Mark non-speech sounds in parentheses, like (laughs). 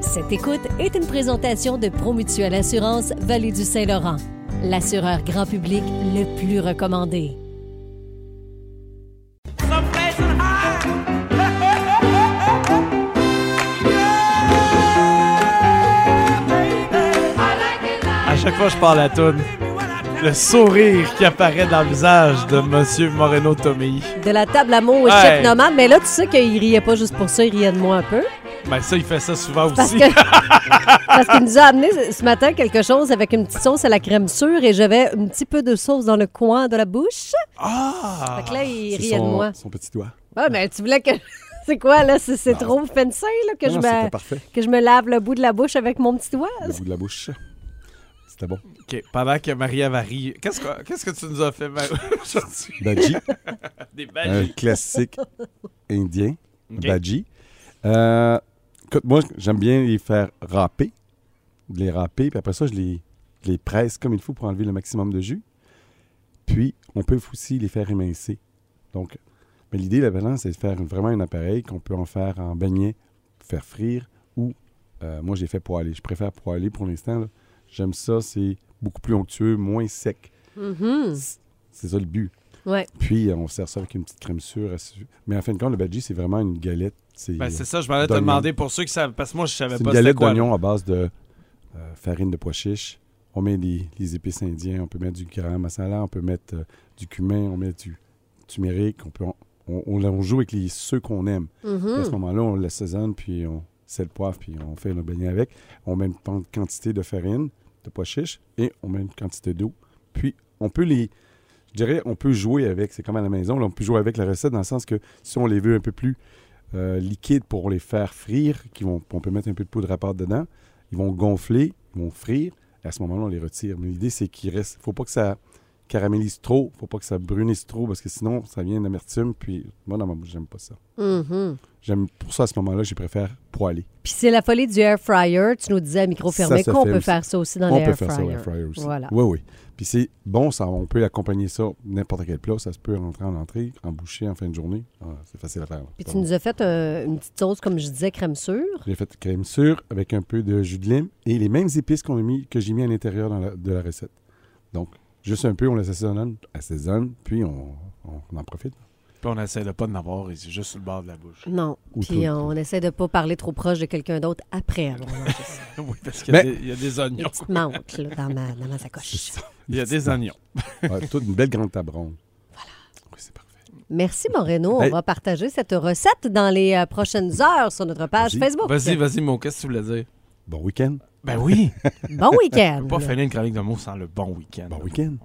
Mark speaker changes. Speaker 1: Cette écoute est une présentation de Promutuelle Assurance Vallée du Saint-Laurent, l'assureur grand public le plus recommandé.
Speaker 2: someplace and high.
Speaker 3: À chaque fois, je parle à Toon. Le sourire qui apparaît dans le visage de Monsieur Moreno Tomei.
Speaker 1: De la table à mots au
Speaker 3: Ouais.
Speaker 1: chef nomade, mais là, tu sais qu'il riait pas juste pour ça, il riait de moi un peu.
Speaker 3: Ben ça, il fait ça souvent
Speaker 1: Parce
Speaker 3: aussi.
Speaker 1: que
Speaker 4: (laughs)
Speaker 1: parce qu'il nous a amené ce- ce matin quelque chose avec une petite sauce à la crème sûre et j'avais un petit peu de sauce dans le coin de la bouche.
Speaker 3: Ah!
Speaker 1: Fait que là, il
Speaker 4: C'est
Speaker 1: riait
Speaker 4: son,
Speaker 1: de moi.
Speaker 4: son petit doigt.
Speaker 1: Ouais, mais tu voulais que. (laughs) C'est quoi, là? C'est c'est trop fancy, là, que,
Speaker 4: Non,
Speaker 1: je
Speaker 4: c'était
Speaker 1: me,
Speaker 4: parfait.
Speaker 1: que je me lave le bout de la bouche avec mon petit doigt?
Speaker 4: Le bout de la bouche. C'était bon.
Speaker 3: OK, pendant que Maria varie, qu'est-ce que, qu'est-ce que tu nous as fait Marie, (laughs) aujourd'hui?
Speaker 4: Badji,
Speaker 3: (laughs) Des
Speaker 4: un
Speaker 3: badges.
Speaker 4: classique indien.
Speaker 3: Ok.
Speaker 4: Badji. Euh, écoute, moi, j'aime bien les faire râper. De les râper, puis après ça, je les, je les presse comme il faut pour enlever le maximum de jus. Puis, on peut aussi les faire émincer. Donc, mais l'idée, la balance, c'est de faire vraiment un appareil qu'on peut en faire en beignet, faire frire, ou euh, moi, j'ai fait poêler. Je préfère poêler pour l'instant. là. J'aime ça, c'est beaucoup plus onctueux, moins sec. C'est- C'est ça le but.
Speaker 1: Ouais.
Speaker 4: Puis, euh, on sert ça avec une petite crème sûre. à su- Mais en fin de compte, le badgie, c'est vraiment une galette. C'est
Speaker 3: Ben c'est ça, je m'allais te
Speaker 4: D'oignon.
Speaker 3: demander pour ceux qui savent, parce que moi, je savais
Speaker 4: c'est
Speaker 3: pas
Speaker 4: une
Speaker 3: c'était
Speaker 4: galette
Speaker 3: quoi.
Speaker 4: d'oignon à base de euh, farine de pois chiche. On met des, les épices indiens, on peut mettre du garam masala, on peut mettre euh, du cumin, on met du turmeric, on, peut, on, on- on joue avec les, ceux qu'on aime.
Speaker 1: Mm-hmm.
Speaker 4: À ce moment-là, on l'assaisonne, puis on sait le poivre, puis on fait le beignet avec. On met une pan- quantité de farine, de pois chiche, et on met une quantité d'eau. Puis, on peut les... Je dirais, on peut jouer avec. C'est comme à la maison, là, on peut jouer avec la recette dans le sens que si on les veut un peu plus euh, liquides pour les faire frire, qui vont, on peut mettre un peu de poudre à pâte dedans, ils vont gonfler, ils vont frire. À ce moment-là, on les retire. Mais l'idée, c'est qu'il reste... faut pas que ça caramélise trop, faut pas que ça brunisse trop, parce que sinon, ça vient d'amertume, puis moi, dans ma bouche, j'aime pas ça.
Speaker 1: Mhm.
Speaker 4: J'aime pour ça à ce moment-là, je préfère poêler.
Speaker 1: Puis c'est la folie du air fryer. Tu nous disais à micro fermé
Speaker 4: Ça se
Speaker 1: qu'on
Speaker 4: fait
Speaker 1: peut
Speaker 4: aussi.
Speaker 1: faire ça aussi dans
Speaker 4: on
Speaker 1: l'air
Speaker 4: peut
Speaker 1: fryer.
Speaker 4: faire ça au air fryer aussi.
Speaker 1: Voilà.
Speaker 4: Oui, oui. Puis c'est bon, ça, on peut accompagner ça n'importe quel plat. Ça se peut rentrer en entrée, en bouchée, en fin de journée. Ah, c'est facile à faire. là.
Speaker 1: Puis tu nous as fait euh, une petite sauce, comme je disais, crème sûre.
Speaker 4: J'ai fait crème sûre avec un peu de jus de lime et les mêmes épices qu'on a mis, que j'ai mis à l'intérieur dans la- de la recette. Donc, juste un peu, on les assaisonne, assaisonne, puis on, on
Speaker 1: (laughs)
Speaker 4: en profite.
Speaker 3: Puis on essaie de pas d'en avoir, et c'est juste sur le bord de la bouche. (laughs)
Speaker 1: Non.
Speaker 4: Ou
Speaker 1: Puis
Speaker 4: tout.
Speaker 1: on essaie de pas parler trop proche de quelqu'un d'autre après.
Speaker 4: (laughs)
Speaker 1: avoir mangé ça.
Speaker 3: oui, parce qu'il y a
Speaker 4: Mais-
Speaker 3: des- il y a des
Speaker 1: Une
Speaker 3: oignons.
Speaker 1: petite menthe là, dans, ma, dans ma sacoche.
Speaker 3: Il y a des oignons.
Speaker 4: Ouais, Ah, toute une belle grande table ronde. Voilà. Oui, c'est parfait.
Speaker 1: Merci, Moreno. On
Speaker 4: Hey.
Speaker 1: va partager cette recette dans les euh, prochaines heures sur notre page
Speaker 4: Vas-y.
Speaker 1: Facebook.
Speaker 3: Vas-y, vas-y, mon, qu'est-ce que tu voulais dire?
Speaker 4: Bon week-end.
Speaker 3: Ben oui!
Speaker 1: (laughs) Bon week-end.
Speaker 3: Pas finir une chronique de mots sans le bon week-end.
Speaker 4: Bon week-end.